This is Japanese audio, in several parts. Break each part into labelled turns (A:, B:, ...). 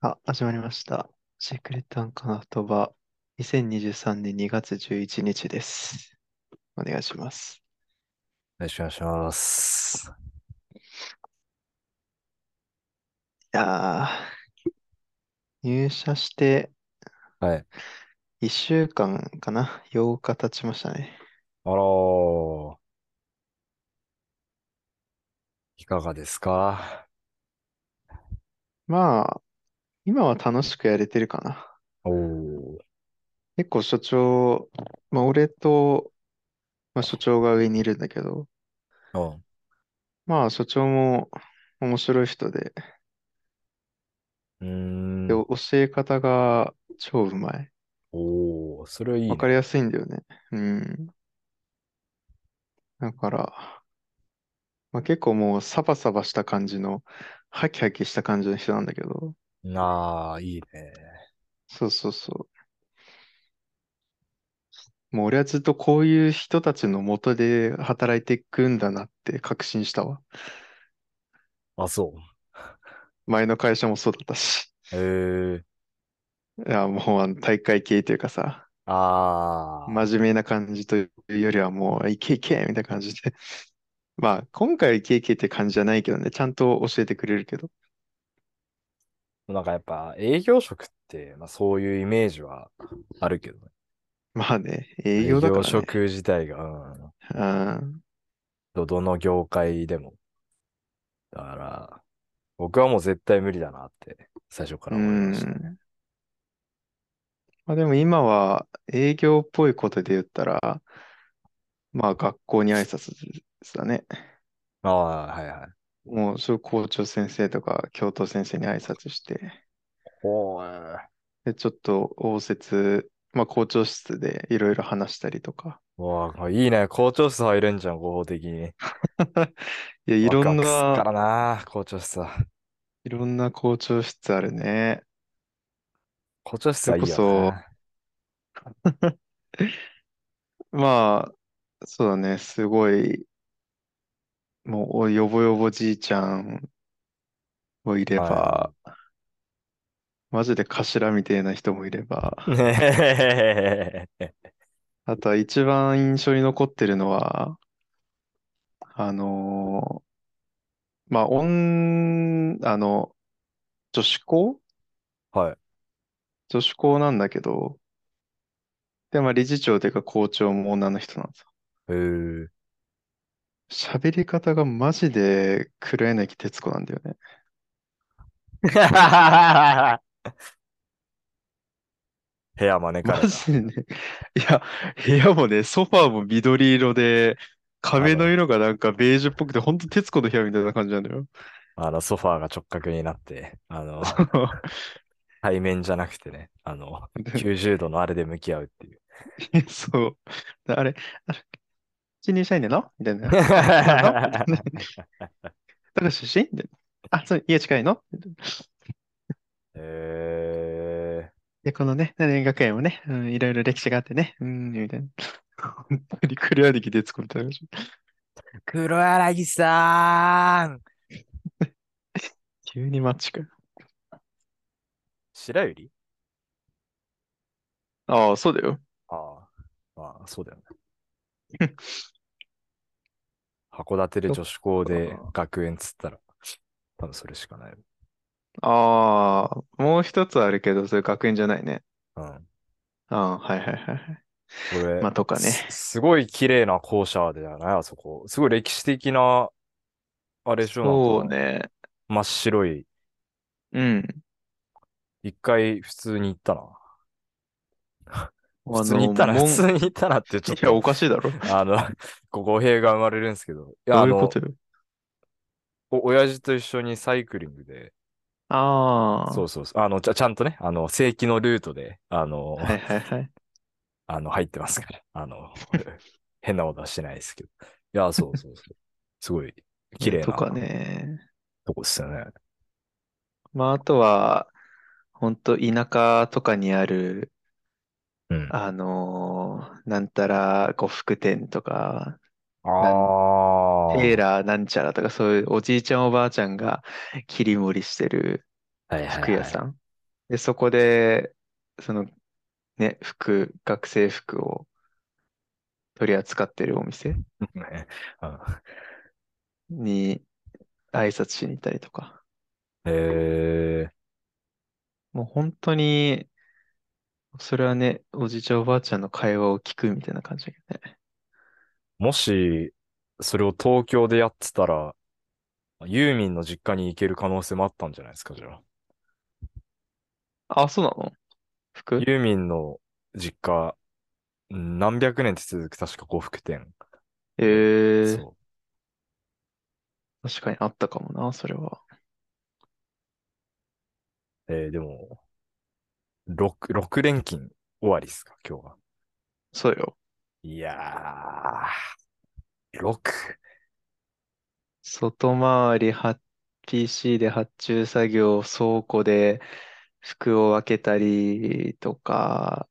A: あ、始まりました。シークレットアンカーの言葉、2023年2月11日です。お願いします。
B: お願いします。
A: いやー、入社して
B: はい。
A: 1週間かな ?8 日経ちましたね。
B: あらー、いかがですか
A: まあ、今は楽しくやれてるかな。
B: おー、
A: 結構所長、まあ俺と、まあ、所長が上にいるんだけど、
B: うん。
A: まあ所長も面白い人で、
B: う
A: で、
B: ーん、
A: 教え方が超うまい。
B: おー、それはい
A: わ
B: い
A: かり
B: ね。
A: やすいんだよね。うん。だから、まあ、結構もうサバサバした感じの、ハキハキした感じの人なんだけど、
B: なあ、いいね。
A: そうそうそう。もう俺はずっとこういう人たちのもとで働いていくんだなって確信したわ。
B: あ、そ
A: 前の会社もそうだったし。
B: う。えー、
A: いや、もうあの体育会系というかさ、
B: あ
A: 真面目な感じというよりはもう、いけいけみたいな感じで。 まあ、今回いけいけって感じじゃないけどね、ちゃんと教えてくれるけど。
B: ー、なんかやっぱ営業職って、まあそういうイメージはあるけどね。
A: まあね、営
B: 営
A: 業だか
B: 業
A: らね。
B: 職自体が、うん、
A: うん。
B: ど、どの業界でも。だから、僕はもう絶対無理だなって最初か
A: う
B: ら思いましたね。
A: ん。まあでも今は営業っぽいことで言ったら、まあ学校に挨拶ですだね。
B: ああ、はいはい。
A: もうそういう校長先生とか教頭先生に挨拶して、
B: ほー。
A: で、ちょっと応接、まあ校長室でいろいろ話したりとか。
B: わあ、いいね。校長室入れんじゃん、合法的に。
A: いや、い
B: ワ
A: ろ
B: クワ
A: ん
B: クすっか
A: な、
B: らな、校長室は。
A: いろんな校長室あるね。
B: 校長
A: そ
B: 室
A: れ
B: はい
A: こ
B: いよ
A: そ、
B: な。
A: まあ、そうだね、すごい、もう、およぼよぼじいちゃんもいれ
B: はいは
A: ば、
B: い。
A: マジで頭みてえな人もいれば、
B: ね え。
A: あとは一番印象に残ってるのは、あのーまあ、オン、あの、女子校
B: はい。
A: 女子校なんだけど、で、まあ、理事長というか校長も女の人なんですよ。
B: へえ。
A: 喋り方がマジで黒柳徹子なんだよね。
B: 部屋招か
A: マ
B: れ
A: ジ
B: た。
A: でね。いや、部屋もね、ソファーも緑色で、
B: あ
A: 壁の
B: の、
A: 色がなんかベージュっぽくて、ほんと徹子の部屋みたいな感じなのよ。
B: あのソファーが直角になって、あ の、
A: そ
B: 対面じゃなくてね、あの、
A: う。で
B: 90度のあれで向き合うっていう。
A: そう。であれ、あれ、新入社員でのみたい な。おさんのみたい な。高橋出身みたいな。あ、そう、家近いのみたいな
B: へえ。
A: で、このね、何々学園もね、うん、いろいろ歴史があってね、うん、みたいな。本当に黒柳徹子みたいな感じ。
B: 黒柳さん
A: 急にマッチかよ。
B: 白百合
A: ああ、そうだよ。
B: ああ、まあ、そうだよね。 函館で
A: そっ
B: 女子校で
A: か。
B: 学園っつったら、多分それしかない。
A: ああ、もう一つあるけど、それ学園じゃないね。
B: うん。
A: ああ、はいはいはいはい。
B: こ れ、
A: まあ、とかね。
B: す、すごい綺麗な校舎ではないあそこ。すごい歴史的な、あれでしょ、なん
A: そう
B: か、
A: ね。
B: 真っ白い。
A: うん。
B: 一回普通に行ったな。普
A: あ
B: 通に行
A: の、
B: ったな、普
A: もん、
B: 通に行ったなってちょ
A: い
B: っ
A: や、
B: と
A: おかしいだろ。
B: あの、 こう語弊が生まれるんですけど、いや、
A: ど
B: あ
A: ういうこ
B: の、
A: とよ。
B: お、親父と一緒にサイクリングで、そ
A: あ
B: うそうそう、あの、ちゃ、ちゃんとね、あの、正規のルートで、あの、
A: あ、はいはいはい。
B: あの、入ってますから。あの、 変なことはしてないですけど。いや、そうそうそう。 すごい、綺麗
A: とか
B: な
A: ね。
B: とこですよね。
A: まあ、あとは、本当田舎とかにある、
B: うん。
A: あのーなんたら呉服店とか、なん、テー
B: あ
A: ラーなんちゃらとか、そういうおじいちゃんおばあちゃんが切り盛りしてる
B: あ。はいはい
A: 服屋
B: はい。
A: さん。で、そこで、そのね、服、学生服を取り扱ってるお店
B: ねうん
A: に挨拶しに行ったりとか、
B: へえ、
A: もう本当に、それはね、おじいちゃんおばあちゃんの会話を聞くみたいな感じだけどね。
B: もし、それを東京でやってたら、ユーミンの実家に行ける可能性もあったんじゃないですか、じゃあ。
A: あ、そうなの服
B: ユーミンの実家、うん何百年って続く確か呉服店。
A: えー、
B: そ
A: 確かにあったかもな、それは。
B: う。えーでも、6、六連勤終わりっすか、今日は。
A: そうよ。
B: いやー、6。
A: 外回りは、PC で発注作業、倉庫で服を分けたりとか、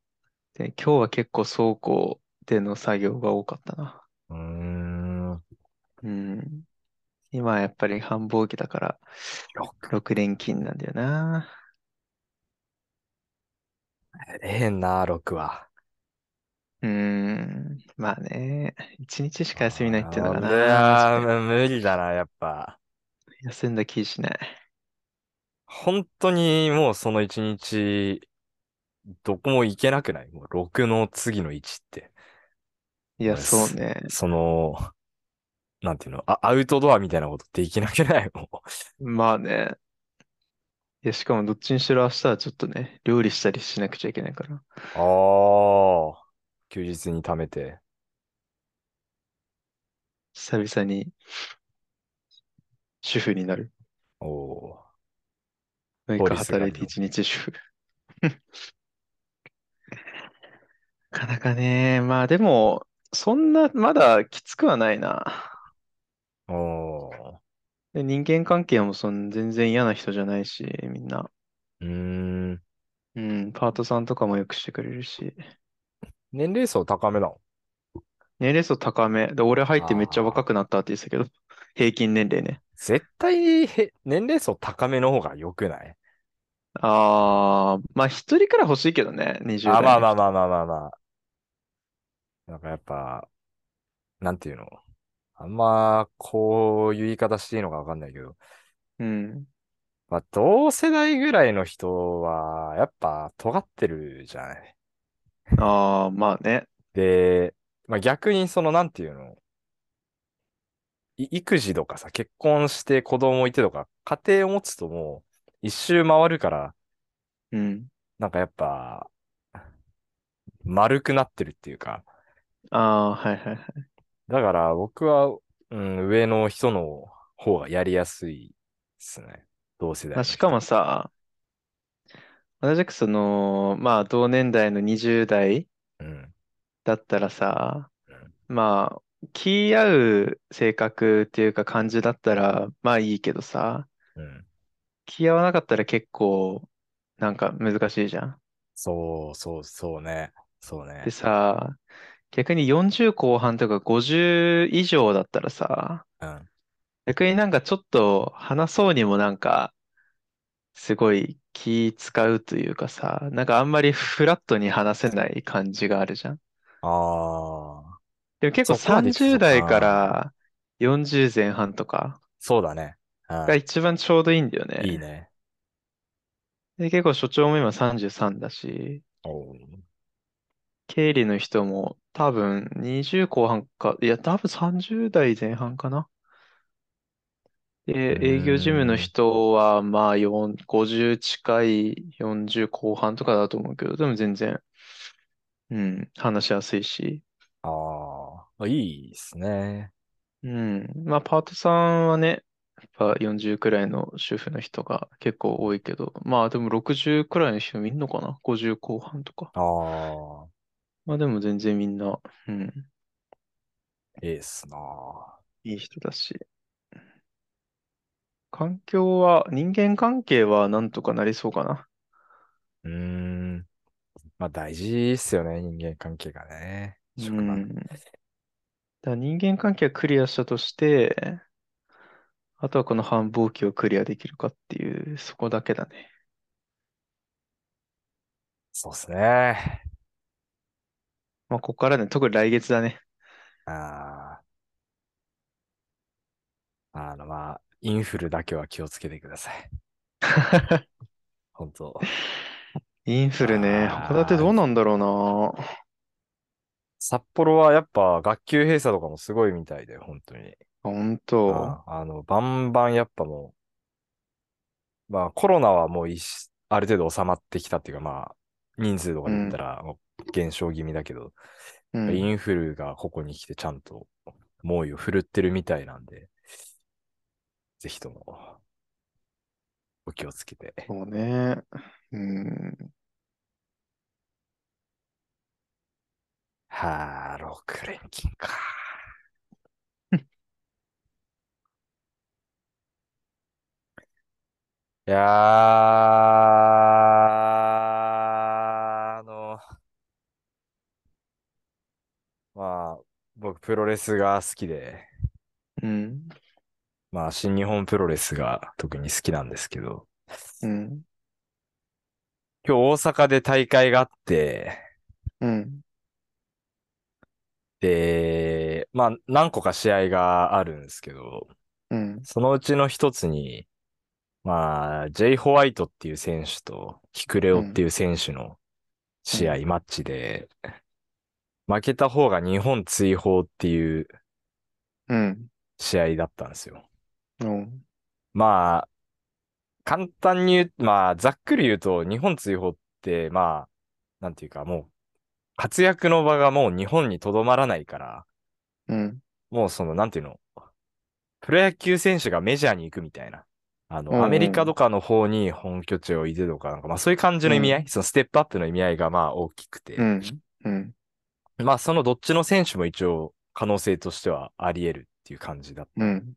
A: で、今日は結構倉庫での作業が多かったな。
B: うーん、
A: うん。今はやっぱり繁忙期だから
B: 6。
A: 6連勤なんだよな。
B: ええな、6は。
A: うん。まあね。1日しか休みないっていうのが
B: い
A: な。
B: や
A: 確か
B: ー、無理だな、やっぱ。
A: に休んだ気しない。
B: 本当にもうその一日、どこも行けなくないもう6の次の1って。
A: いや、
B: 俺
A: そう
B: す
A: ね。
B: その、なんていうの、あ、アウトドアみたいなことできなくないも
A: まあね。いや、しかもどっちにしろ明日はちょっとね、料理したりしなくちゃいけないから。
B: う。ああ。休日に貯めて。
A: 久々に主婦になる。
B: おお。
A: 6
B: 通
A: 日
B: りすがり
A: 働いて一日主婦。 なかなかね、まあでも、そんな、まだきつくはないな。
B: おお。
A: で人間関係もそん全然嫌な人じゃないし、みんな。
B: うーん。
A: うん、パートさんとかもよくしてくれるし。
B: 年齢層高めなの
A: 年齢層高め。で、俺入ってめっちゃ若くなったって言ってたけど、平均年齢ね。
B: 絶対、へ年齢層高めの方が良くない
A: あー、まあ一人くらい欲しいけどね、20
B: あ、
A: 代
B: まあ
A: の
B: まあまあまあまあまあ。なんかやっぱ、なんていうのあんま、こういう言い方していいのかわかんないけど、
A: うん。
B: まあ、同世代ぐらいの人は、やっぱ、尖ってるじゃない。
A: ああ、まあね。
B: で、まあ、逆にその、なんていうのい育児とかさ、結婚して子供いてとか、家庭を持つともう、一周回るから、
A: うん。
B: なんかやっぱ、丸くなってるっていうか、
A: ああー、はいはいはい。
B: だから僕は、うん、上の人の方がやりやすいですね。同世
A: ま
B: 代の
A: あ、
B: 人。
A: しかもさ、同じくその、まあ同年代の20代
B: うん。
A: だったらさ、
B: うん
A: まあ、気合う性格っていうか感じだったら、まあいいけどさ、
B: うん。
A: 気合わなかったら結構、なんか難しいじゃん。
B: そうそうそうね。そうね
A: で。さ、逆に40後半とか50以上だったらさ、
B: うん。
A: 逆になんかちょっと話そうにもなんか、すごい気使うというかさ、なんかあんまりフラットに話せない感じがあるじゃん。
B: ああ。
A: でも結構
B: そこまでいくと
A: 30代から40前半とか
B: そうだね。うん
A: が一番ちょうどいいんだよね。
B: いいね。
A: で、結構所長も今33だし、
B: おう
A: 経理の人も多分20後半か、いや多分30代前半かな。で
B: う、ーん
A: 営業事務の人はまあ4 50近い40後半とかだと思うけど、でも全然、うん、話しやすいし。
B: ああ。いいですね。
A: うん。まあ、パートさんはね、やっぱ40くらいの主婦の人が結構多いけど、まあでも60くらいの人もいんのかな ?50 後半とか。
B: ああ。
A: まあでも全然みんな、うん、
B: いいっすなあ。
A: いい人だし。環境は、人間関係はなんとかなりそうかな。
B: うーん。まあ大事っすよね。人間関係がね。職場
A: う。ん。だから人間関係はクリアしたとして、あとはこの繁忙期をクリアできるかっていう、そこだけだね。
B: そうですね。
A: まあ、ここからね、特に来月だね。
B: ああ、あの、まあ、インフルだけは気をつけてくださ い。本当。
A: インフルね、函館
B: あ
A: どう
B: ー
A: なんだろうな。
B: 札幌はやっぱ学級閉鎖とかもすごいみたいで、本当に。
A: 本当。
B: あー、あの、バンバンやっぱもう、まあコロナはもういしある程度収まってきたっていうか、まあ人数とか
A: う
B: で言った
A: ん、
B: らもう減少気味だけど、
A: う
B: イ
A: ん。
B: ンフルがここに来てちゃんと猛威を振るってるみたいなんで、ぜひともお気をつけて。
A: そうね。うん。
B: はあ、6連勤か。いやー、あの、まあ、僕プロレスが好きで、
A: うん。
B: まあ、新日本プロレスが特に好きなんですけど、
A: うん。
B: 今日大阪で大会があって、
A: うん。
B: で、まあ、何個か試合があるんですけど、
A: うん。
B: そのうちの一つに、まあ、ジェイ・ホワイトっていう選手と、ヒクレ
A: う
B: オって
A: ん。
B: いう選手の
A: う
B: 試合、
A: ん。
B: マッチで、負けた方が日本追放っていう
A: うん。
B: 試合だったんですよ。
A: うん
B: まあ、簡単に言う、まあ、ざっくり言うと、日本追放って、まあ、なんていうか、もう、活躍の場がもう日本にとどまらないから、
A: うん。
B: もうその、なんていうの、プロ野球選手がメジャーに行くみたいな。あ
A: う
B: の、アメリ
A: ん。
B: カ
A: う
B: とかの方に本拠地を置いてとか、なんか、まあそういう感じの意味合
A: ん。
B: い、そのステップアップの意味合いがまあ大きく
A: う
B: て、
A: ん。うん。
B: まあそのどっちの選手も一応可能性としてはあり得るっていう感じだっ
A: う
B: たん
A: ん。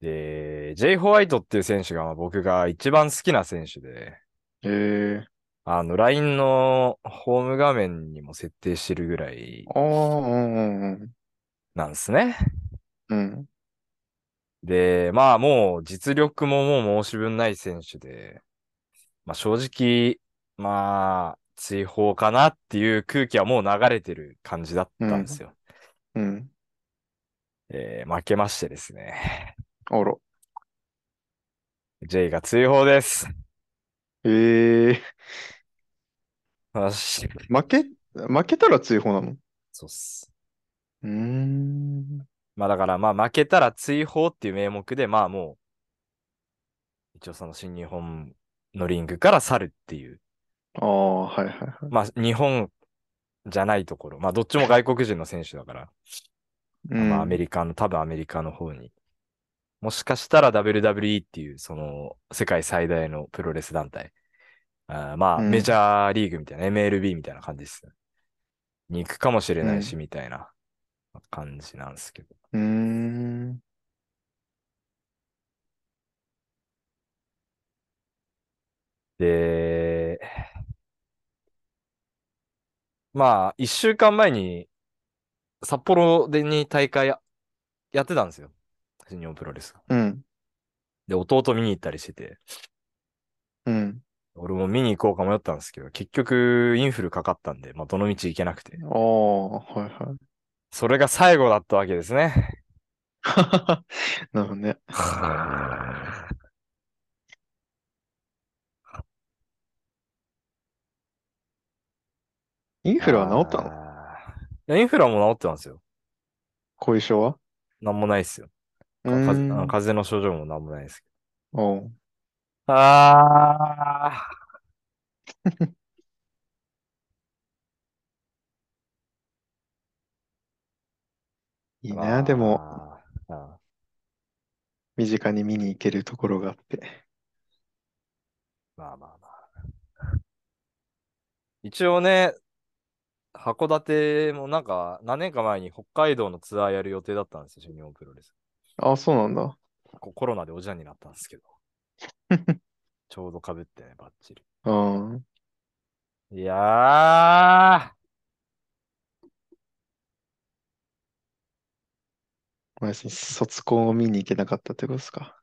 B: で、で、ジェイ・ホワイトっていう選手がまあ僕が一番好きな選手で、
A: ええ。
B: あの、LINE のホーム画面にも設定してるぐらい
A: ああ、うんうんうん。
B: なんですね。
A: うん。
B: で、まあもう実力ももう申し分ない選手で、まあ、正直、まあ、追放かなっていう空気はもう流れてる感じだっ
A: う
B: たんです
A: ん。
B: よ。
A: うん。
B: えー負けましてですね。
A: あら。
B: J が追放です。
A: ええ。
B: よし。
A: 負け、負けたら追放なの
B: そうっす。
A: うーん。
B: まあだからまあ負けたら追放っていう名目でまあもう一応その新日本のリングから去るっていう。
A: ああ、はいはいはい。
B: まあ日本じゃないところ。まあどっちも外国人の選手だから。
A: う
B: まあアメ
A: ん。
B: リカの、多分アメリカの方に。もしかしたら WWE っていうその世界最大のプロレス団体。あーま
A: う
B: あ、メジ
A: ん。
B: ャーリーグみたいな、MLB みたいな感じですね。に行くかもしれ
A: う
B: ない
A: ん。
B: し、みたいな感じなんですけど。
A: うーん。
B: で、まあ、一週間前に札幌でに大会や、やってたんですよ。新日本プロレスが。
A: うん。
B: で、弟見に行ったりしてて、
A: うん。
B: 俺も見に行こうか迷ったんですけど、結局インフルかかったんで、まあ、どの道行けなくて。
A: ああ、はいはい。
B: それが最後だったわけですね。
A: なるほどね。インフルは治ったの
B: ああ。インフラも治ってたんですよ。
A: 後遺症は
B: なんもないっすよ。
A: う
B: か、かぜ、あ
A: ー
B: の
A: ん。
B: 風邪の症状もなんもないですけ
A: おう。
B: ど。ああ。
A: いいな、でも、
B: まあ、あ
A: 身近に見に行けるところがあって。
B: まあまあまあ。一応ね、函館もなんか何年か前に北海道のツアーやる予定だったんですよ、新日本プロレス。
A: ああ、そうなんだ。
B: こコロナでおじゃんになったんですけど、ちょうど被ってね、バッチリ。
A: うん。
B: いやー、
A: まあ、卒コンを見に行けなかったってことですか。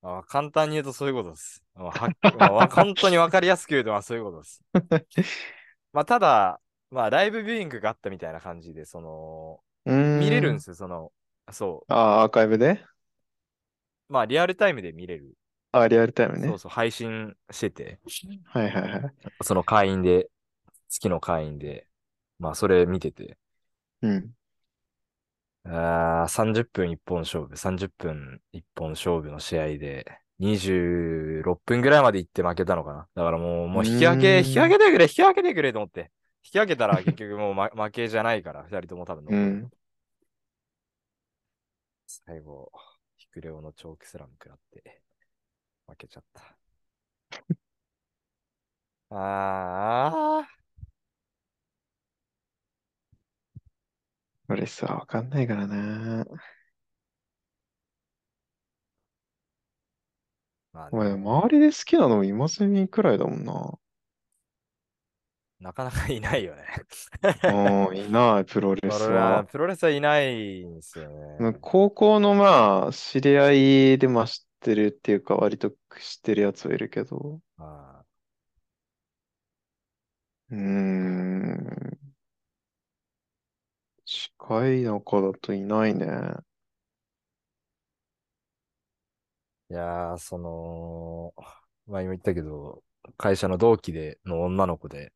B: まあ簡単に言うとそういうことです。まあはまあわ 本当にわかりやすく言うとまあそういうこと です。まあ、ただ、まあ、ライブビューイングがあったみたいな感じで、その、
A: うー。
B: 見れるんですすよ、その、そ
A: ああ、アーカイブで
B: う。まあ、リアルタイムで見れる。
A: ああ、リアルタイム
B: そう
A: ね。
B: そう、配信してて、
A: はいはいはい。
B: その会員で、月の会員で、まあ、それ見てて、
A: うん。
B: あー30分一本勝負、30分一本勝負の試合で、26分ぐらいまで行って負けたのかな。だからもう、もう引き分け、
A: う
B: 引き分
A: ーん。
B: けてくれ、引き分けてくれと思って。引き分けたら結局もう、ま、 負けじゃないから、二人とも多分
A: う
B: 残ると。
A: ん。
B: 最後、ヒクレオのチョークスラム食らって負けちゃった。 ああ、
A: 俺さ、わかんないからな。
B: まあ
A: お
B: で
A: 前、
B: も、
A: 周りで好きなの今住みくらいだもんな。
B: なかなかいないよね。
A: うん、いない、プロレ
B: プロ
A: ス
B: レ
A: は。
B: プロレスはいないんですよ
A: まあ
B: ね。
A: 高校のまあ、知り合いでまあ知ってるっていうか、割と知ってるやつはいるけど。
B: あー
A: うーん、近い中だといないね。
B: いやー、その、前も言ったけど、会社の同期での女の子で、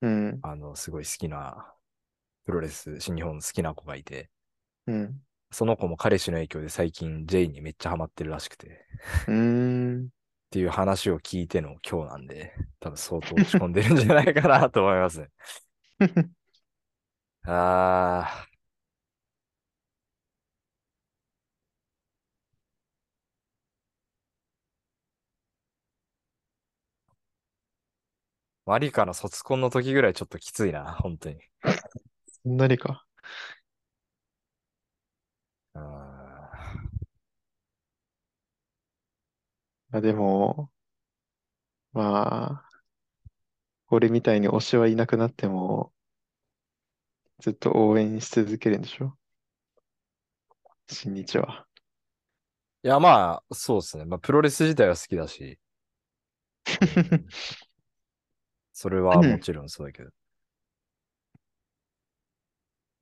A: うん、
B: あの、すごい好きな、プロレス、新日本好きな子がいて、
A: うん、
B: その子も彼氏の影響で最近 J にめっちゃハマってるらしくて。
A: うーん。
B: っていう話を聞いての今日なんで、多分相当落ち込んでるんじゃないかなと思いますね。あー、マリカの卒コンの時ぐらいちょっときついな、本当に。
A: そんなにか。
B: あー
A: あ、でも、まあ、俺みたいに推しはいなくなっても、ずっと応援し続けるんでしょ新日は。
B: いや、まあ、そうですね。まあ、プロレス自体は好きだし、うん、それはもちろんそうだけど。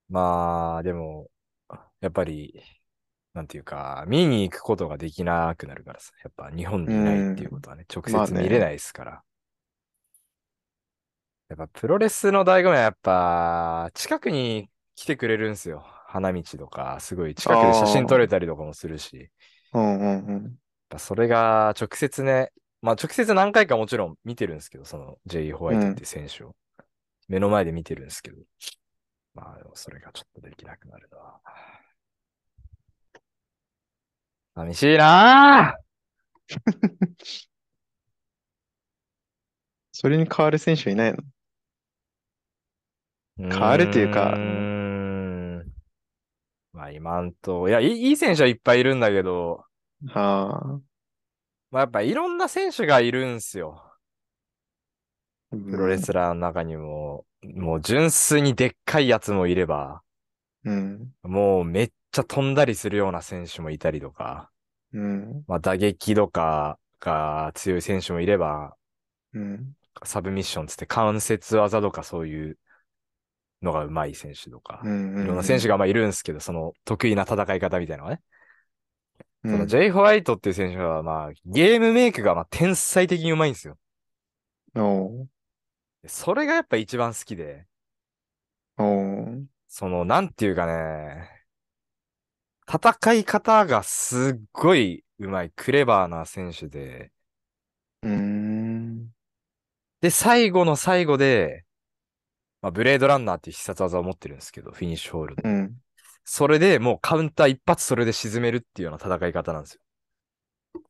B: まあ、でも、やっぱり、なんていうか、見に行くことができなくなるからさ。やっぱ日本
A: う、
B: にいないっていうんことはね、直
A: まあ
B: 接見れない
A: ね。
B: ですから。やっぱプロレスの醍醐味はやっぱ近くに来てくれるんですよ。花道とか、すごい近くで写真撮
A: あ
B: れたりとかもするし、
A: あ、う
B: やっ
A: んうんうん。
B: ぱそれが直接ね、まあ直接何回かもちろん見てるんですけど、その J. ホワ
A: う
B: イトって
A: ん。
B: いう選手を目の前で見てるんですけど、まあでもそれがちょっとできなくなるのは寂しいなぁ。
A: それに変わる選手はいないの
B: う
A: 変わるというか、うん、
B: ーん。まあ今んとこ、いや、いいいい選手はいっぱいいるんだけど、
A: ああ、
B: まあやっぱいろんな選手がいるんですよ。
A: う
B: プロレ
A: ん、
B: スラーの中にも、もう純粋にでっかいやつもいれば、
A: うん、
B: もうめっちゃ飛んだりするような選手もいたりとか、
A: うん、
B: まあ打撃とかが強い選手もいれば、
A: うん。
B: サブミッションつって関節技とかそういうのが上手い選手と
A: う
B: か、
A: ん
B: いろんな
A: う
B: 選手が
A: ん
B: まあいるんですけど、その得意な戦い方みたいなのがね。
A: う
B: その
A: ん。
B: ジェイ・ホワイトっていう選手はまあゲームメイクがまあ天才的に上手いんですよ。
A: うん。おう、
B: それがやっぱ一番好きで、
A: おう、
B: そのなんていうかね、戦い方がすっごいうまい、クレバーな選手で、
A: うーん、
B: で、最後の最後で、まあ、ブレードランナーっていう必殺技を持ってるんですけど、フィニッシュホールド
A: う
B: で。
A: ん。
B: それでもうカウンター一発それで沈めるっていうような戦い方なんですよ。だ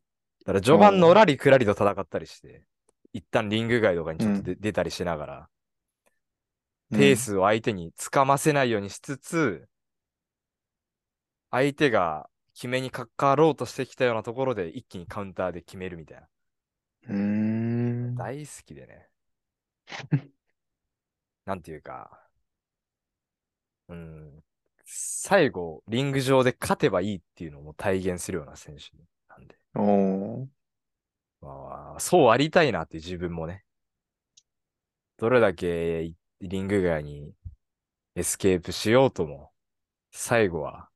B: から序盤の
A: おう、
B: らりくらりと戦ったりして、一旦リング外とかに
A: う
B: ちょっと
A: ん、
B: 出出たりしながら、
A: う
B: ペー
A: ん、
B: スを相手につかませないようにしつつ、相手が決めにかかろうとしてきたようなところで一気にカウンターで決めるみたいな。
A: うーん。
B: 大好きでね。なんていうか、うん、最後、リング上で勝てばいいっていうのを体現するような選手なんで。
A: おー。
B: まあ、そうありたいなっていう自分もね、どれだけいリング外にエスケープしようとも、最後は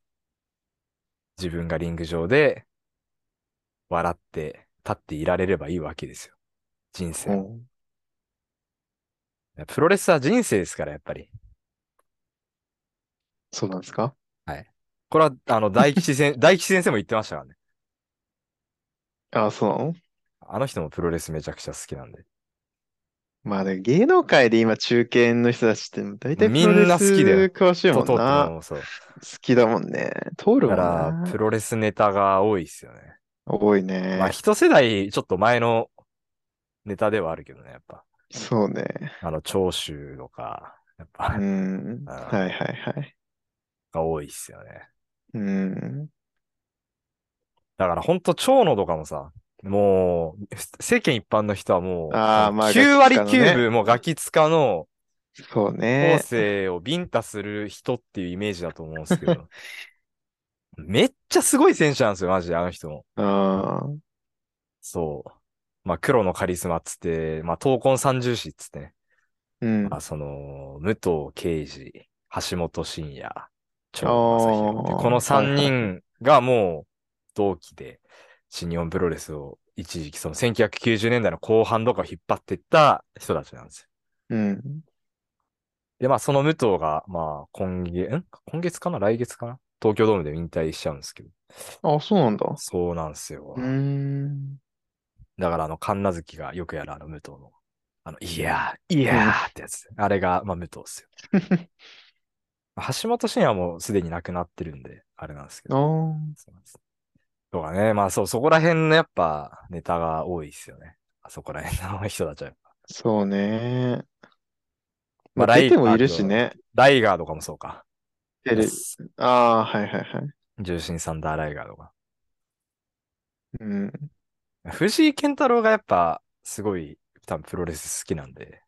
B: 自分がリング上で笑って立っていられればいいわけですよ。人生は。
A: おー
B: プロレスは人生ですから、やっぱり。
A: そうなんですか
B: これは、あの、大吉 先、大吉先生も言ってましたからね。
A: あ、そうなの
B: あの人もプロレスめちゃくちゃ好きなんで。
A: まあ、でも芸能界で今中堅の人たちって大体プロ
B: み
A: レ
B: んな好
A: ス
B: きだよ
A: 詳しい
B: と
A: も
B: と
A: ん
B: うと
A: な。
B: もそう。
A: 好きだもんね。通るも
B: だか
A: ん
B: ら、
A: な。
B: プロレスネタが多いですよね。
A: 多い
B: まあ、
A: ね。
B: 一世代、ちょっと前のネタではあるけどね、やっぱ。
A: そうね。
B: あの、長州とか、やっ
A: う
B: ぱ、
A: ん。はいはいはい。
B: が多いっすよね。
A: うん。
B: だから、ほんと、長野とかもさ、もう、世間一般の人はも
A: ああ、
B: う、
A: まあ、
B: 9割
A: ガキ使の
B: 9
A: ね。
B: 分、もうガキ使の、
A: そう
B: 後
A: ね。
B: 世をビンタする人っていうイメージだと思うんです けど、めっちゃすごい選手なんですよ、マジで、あの人も。
A: ああ、
B: そう。まあ、黒のカリスマっつって、まあ、闘魂三重士っつってね。
A: う
B: まあ、
A: ん。
B: その、武藤敬司、橋本真也、
A: あ
B: 長野正
A: あ、
B: 弘って、この
A: はい
B: 3
A: はい。
B: 人がもう同期で、新日本プロレスを一時期、その1990年代の後半とかを引っ張ってった人たちなんですよ。
A: うん。
B: で、まあ、その武藤が、まあ、今月、ん今月かな来月かな東京ドームで引退しちゃうんですけど。
A: あ、そうなんだ。
B: そうなんです
A: うー
B: よ。
A: ん。
B: だから、あの、神奈月がよくやるあの武藤の、あの、いやー、いうや
A: ん。
B: ーってやつ。あれが、まあ、武藤ですよ。 橋本真也もすでに亡くなってるんで、あれなんですけ
A: あ
B: ど。
A: あ、
B: そうなんですとかね、まあそう、そこら辺のやっぱネタが多いですよね。あそこら辺の人たちはやっぱ。
A: そうね。ま
B: まあ
A: あ、
B: ラ
A: 出て
B: イ、
A: も
B: あ
A: いるし
B: と、
A: ね。
B: ライガーとかもそうか。
A: 出る。ああ、はいはいはい。
B: 重心サンダーライガーとか。
A: うん。
B: 藤井健太郎がやっぱすごい多分プロレス好きなんで、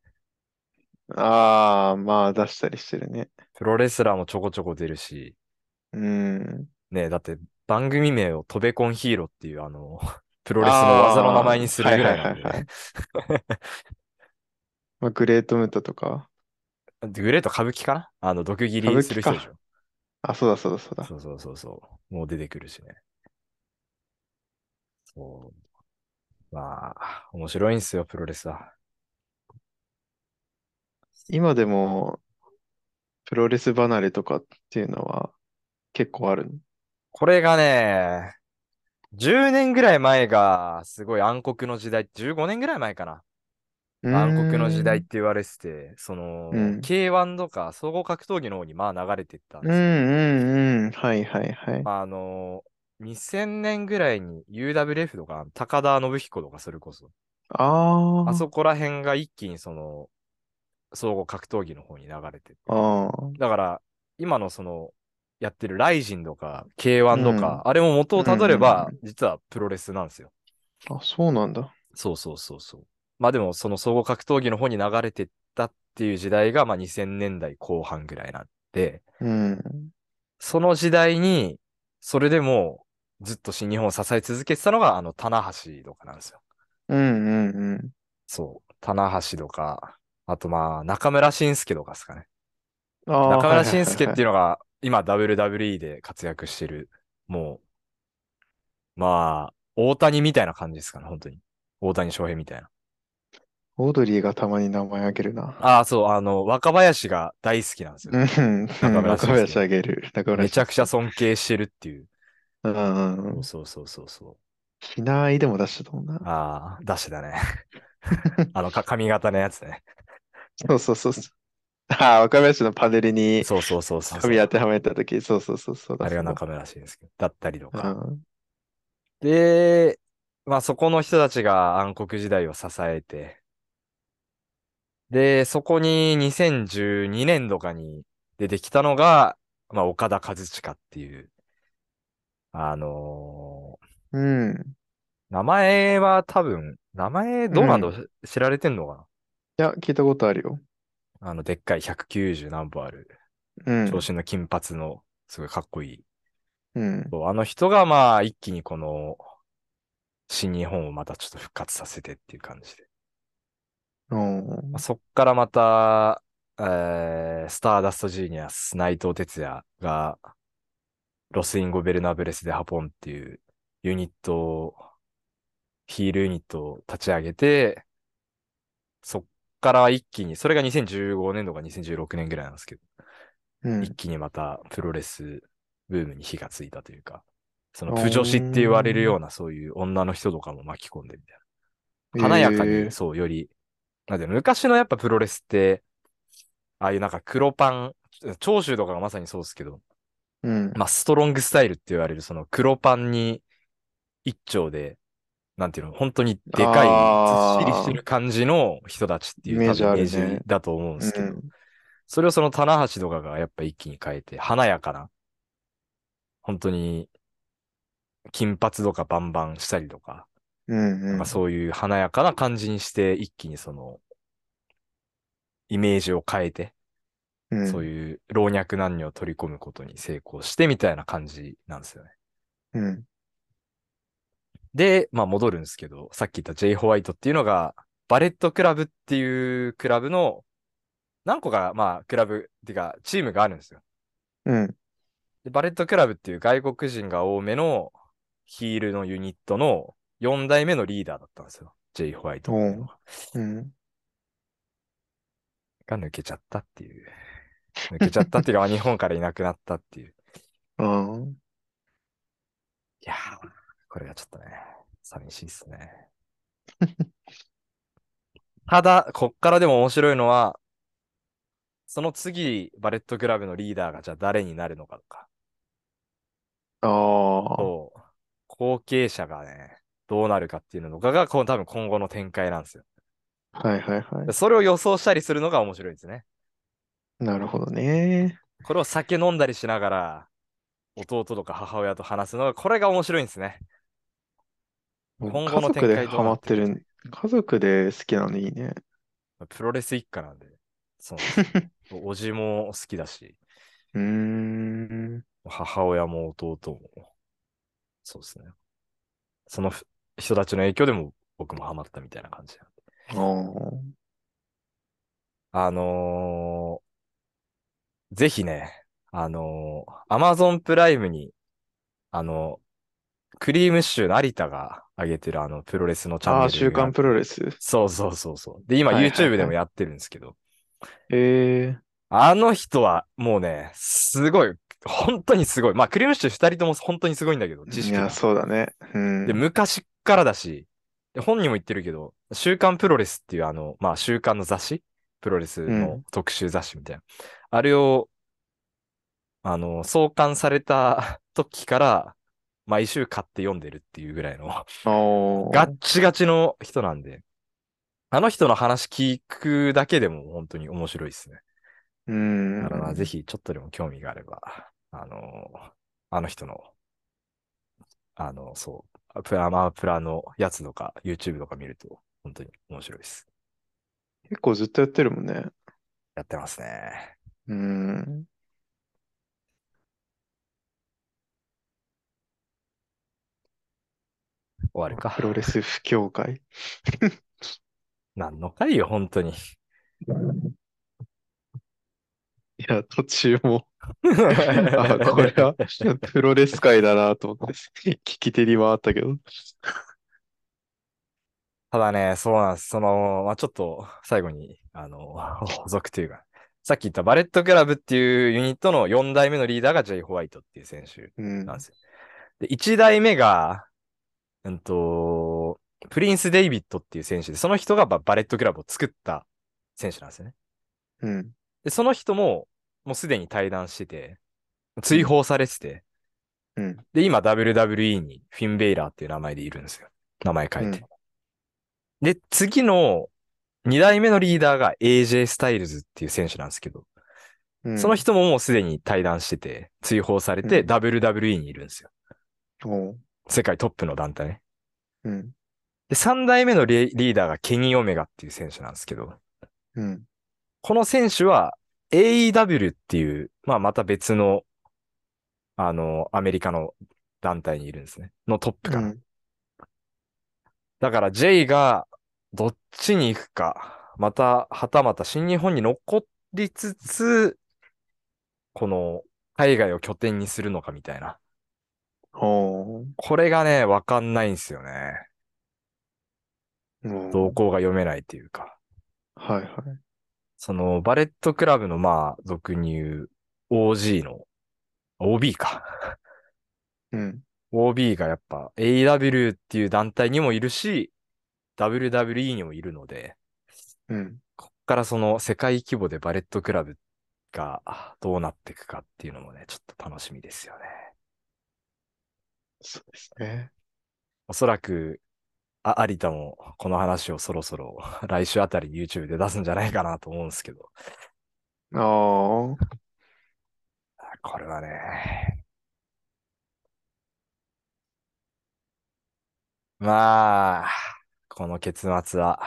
A: ああ、まあ、出したりしてるね。
B: プロレスラーもちょこちょこ出るし、
A: うん。
B: ね、だって番組名をトベコンヒーローっていうあの、 プロレスの技の名前
A: あ
B: に
A: あ、
B: す
A: は
B: る
A: い
B: ぐら
A: はい
B: いな
A: は
B: ん
A: い
B: で
A: は
B: ね。
A: い。まあ、グレートムータとか、
B: グレート歌舞伎かなあの、毒斬
A: 歌
B: り
A: 舞
B: す
A: 伎
B: る人でし
A: か。
B: ょ。
A: あ、そうだそうだそうだ。
B: そうそうそうそう。もう出てくるしね。そう。まあ、面白いんすよ、プロレスは。
A: 今でも、プロレス離れとかっていうのは結構あるの。
B: これがね、10年ぐらい前が、すごい暗黒の時代、15年ぐらい前かな。
A: う
B: 暗黒の時
A: ー
B: 代っ
A: ん。
B: て言われてて、そうの、
A: ん。
B: K1 とか総合格闘技の方にまあ流れてったん
A: う
B: ですよ。
A: んうんうん。はいはいはい。
B: まあ、あの、2000年ぐらいに UWF とか、高田信彦とかそれこそ、あ
A: あ
B: そこら辺が一気にその、総合格闘技の方に流れて
A: あ、
B: て。
A: ああ、
B: だから、今のその、やってるライジンとか、K1
A: う
B: と
A: ん。うん
B: か、あれも元をたどれ
A: うん
B: ば、
A: う
B: 実はプロレスなんですよ。
A: ん。あ、そうなんだ。
B: そうそうそうそう。まあでも、その総合格闘技の方に流れてったっていう時代が、まあ2000年代後半ぐらいなんで、
A: うん。
B: その時代に、それでも、ずっと新日本を支え続けてたのが、あの、棚橋とかなんですよ。
A: うんうんうん。
B: そう。棚橋とか、あとまあ、中村俊輔とかですかね。
A: ああ、
B: 中
A: はい
B: 村
A: はい
B: 俊
A: はい
B: 輔っ
A: は
B: てい
A: い。
B: うのが、今 WWE で活躍してる、もう、まあ、大谷みたいな感じですかね、本当に。大谷翔平みたいな。
A: オードリーがたまに名前あげるな。
B: ああ、そう、あの、若林が大好きなんですよ。
A: うん、う
B: 中
A: ん
B: 村
A: 中
B: 俊輔
A: 林
B: が。
A: あげる。中村
B: めち
A: 俊
B: ゃくち
A: 輔。
B: ゃ尊敬してるっていう。
A: うんうん
B: そう
A: うん。
B: そうそうそうそ
A: ひないでも出したと思う
B: う。
A: な。
B: ああ、ダッシュ だね。あの、か、髪型のやつね。
A: そうそうそうそう。ああ、若林のパネルに
B: そうそうそうそうそ
A: 紙
B: う。
A: 当てはめたとき、そうそうそうそうだ
B: あ
A: そ
B: れが
A: うだ。
B: 中村俊輔だったりと
A: う
B: か。
A: ん。
B: で、まあそこの人たちが暗黒時代を支えて、で、そこに2012年とかに出てきたのが、まあ、岡田和親っていう、あのー
A: うん。
B: 名前は多分、名前
A: う
B: どうなんだ
A: ん。
B: ろうし知られてんのか
A: いや、聞いたことあるよ。
B: なあの、でっかい190何歩ある、
A: う
B: 長
A: ん。
B: 身の金髪の、すごいかっこいい。
A: うん。
B: そうあの人が、まあ、一気にこの、新日本をまたちょっと復活させてっていう感じで。
A: うん
B: まあ、そっからまた、えースターダストジーニアス、内藤哲也が、ロスインゴ・ベルナブレス・でハポンっていうユニットを、ヒールユニットを立ち上げて、そっから一気に、それが2015年とか2016年ぐらいなんですけど、
A: うん
B: 一気にまたプロレスブームに火がついたというか、そのプジョシって言われるようなそういう女の人とかも巻き込んでみたいな。華やか
A: え
B: に、
A: ー
B: そう、より、なんていうの昔のやっぱプロレスって、ああいうなんか黒パン、長州とかがまさにそうですけど、
A: うん。
B: まあ、ストロングスタイルって言われる、その黒パンに一丁で、なんていうの、本当にでか
A: あ
B: い、
A: ー
B: ずっしりしてる感じの人たちっていう
A: イメージ
B: 多
A: あ
B: 分
A: る
B: イメ
A: ね
B: ージだと思うんですけど、
A: うん
B: それをその棚橋とかがやっぱ一気に変えて、華やかな、本当に金髪とかバンバンしたりとか、
A: うんうん
B: まあ、そういう華やかな感じにして、一気にその、イメージを変えて、
A: うん
B: そういう老若男女を取り込むことに成功してみたいな感じなんですよね。
A: うん
B: で、まあ戻るんですけど、さっき言った J. ホワイトっていうのが、バレットクラブっていうクラブの、何個か、まあ、クラブっていうか、チームがあるんですよ。
A: うん
B: でバレットクラブっていう外国人が多めのヒールのユニットの4代目のリーダーだったんですよ。J. ホワイトっていうのが。
A: うん
B: が抜けちゃったっていう。抜けちゃったっていうか、日本からいなくなったっていう。
A: うん
B: いやー、これがちょっとね、寂しいですね。 ただ、こっからでも面白いのは、その次、バレットクラブのリーダーがじゃあ誰になるのかとか、
A: ああ、
B: と、後継者がね、どうなるかっていうのとかが、この多分今後の展開なんですよ。
A: はいはいは
B: それを予想したりするのが面白いですね。
A: い。なるほどね。
B: これを酒飲んだりしながら、弟とか母親と話すのが、これが面白いんですね。
A: もう
B: 今後
A: 家
B: の展
A: 族で
B: 開どう
A: ハ
B: な
A: マ
B: っ
A: ってて
B: いく
A: る。家族で好きなのいいね。
B: プロレス一家なんで、そうなんです よおじも好きだし、
A: うーん。
B: 母親も弟も、そうですね。そのふ人たちの影響でも僕もハマったみたいな感じなんで。
A: あー
B: あのーぜひね、あのー、Amazon プライムに、あのクリームシチューの有田が上げてるあのプロレスのチャンネ
A: あ
B: ル
A: ー、週刊プ
B: ロ
A: ロレス。
B: そうそうそうそう。で、
A: は
B: 今
A: いはいはい
B: YouTube でもやってるんですけど、
A: ええ
B: あの人はもうね、すごい、本当にすごい。まあ、クリームシチュー二人とも本当にすごいんだけど、知
A: い
B: 識が
A: や、。そうだね。うん。
B: で、昔っからだし、で本人も言ってるけど、週刊プロレスっていうあの、まあ、週刊の雑誌プロレス
A: う
B: の
A: ん
B: 特集雑誌みたいな。あれを、あの、創刊された 時から、毎週買って読んでるっていうぐらいの、
A: あー
B: ガッチガチの人なんで、あの人の話聞くだけでも本当に面白いですね。
A: うん。
B: だからまあぜひちょっとでも興味があれば、あのーあの人の、あのそう、プラマープラのやつとか、YouTube とか見ると、本当に面白いです。
A: 結構ずっとやってるもんね。
B: やってますね。
A: うん。
B: 終わるか
A: プ。ロレス不協会。
B: 何の回よ、本 当に。
A: いや、途中 も、あ、これはプロレス界だなと思って、聞き手に回ったけど。
B: ただね、そうなんです。その、まあ、ちょっと最後に、あの、補足というか、さっき言ったバレットクラブっていうユニットの4代目のリーダーが J. ホワイトっていう選手
A: うん
B: なん。ですよ。で、1代目が、うんと、プリンス・デイビッドっていう選手で、その人がまあバレットクラブを作った選手なんですよね。
A: うん。
B: で、その人も、もうすでに退団してて、追放されてて、
A: うん。
B: で、今 WWE にフィン・ベイラーっていう名前でいるんですよ。名前変えて。で、次の2代目のリーダーが AJ スタイルズっていう選手なんですけど、
A: うん
B: その人ももうすでに退団してて、追放されて
A: うん
B: WWE にいるんですよ。
A: おう
B: 世界トップの団体ね。
A: うん。
B: で、3代目のリリーダーがケニー・オメガっていう選手なんですけど、
A: うん。
B: この選手は AEW っていう、まあまた別の、あの、アメリカの団体にいるんですね。のトップか
A: う
B: な。
A: ん。
B: だから J がどっちに行くか、また、はたまた新日本に残りつつ、この海外を拠点にするのかみたいな。
A: おー
B: これがね、わかんないんですよね。動
A: おー。
B: 向が読めないというか。
A: はいはい。
B: その、バレットクラブの、まあ、俗に言う OG の、OB か。
A: うん。
B: OB がやっぱ AW っていう団体にもいるし、WWE にもいるので、
A: うん。
B: こっからその世界規模でバレットクラブがどうなっていくかっていうのもね、ちょっと楽しみですよね。
A: そうですね。
B: おそらく、あ、有田もこの話をそろそろ 来週あたり YouTube で出すんじゃないかなと思うんですけど、
A: ああ。
B: これはね、まあ、この結末は、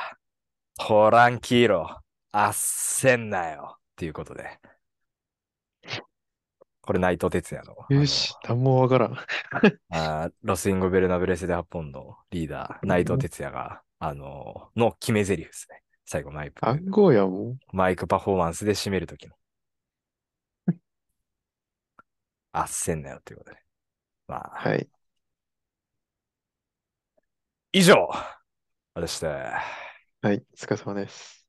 B: トランキーロ、あっせんなよ、っていうことで。これ内藤哲也の、あ
A: よ
B: の、
A: し、何もわからん。
B: あーロスインゴベルナブレスデハポンのリーダー、内藤哲也が、あの、の決め台詞ですね。最後マイク、
A: 暗号やもん。
B: マイクパフォーマンスで締めるときの、あっせんなよということで。まあ、
A: はい。
B: 以上私で。
A: はい、お疲れ様です。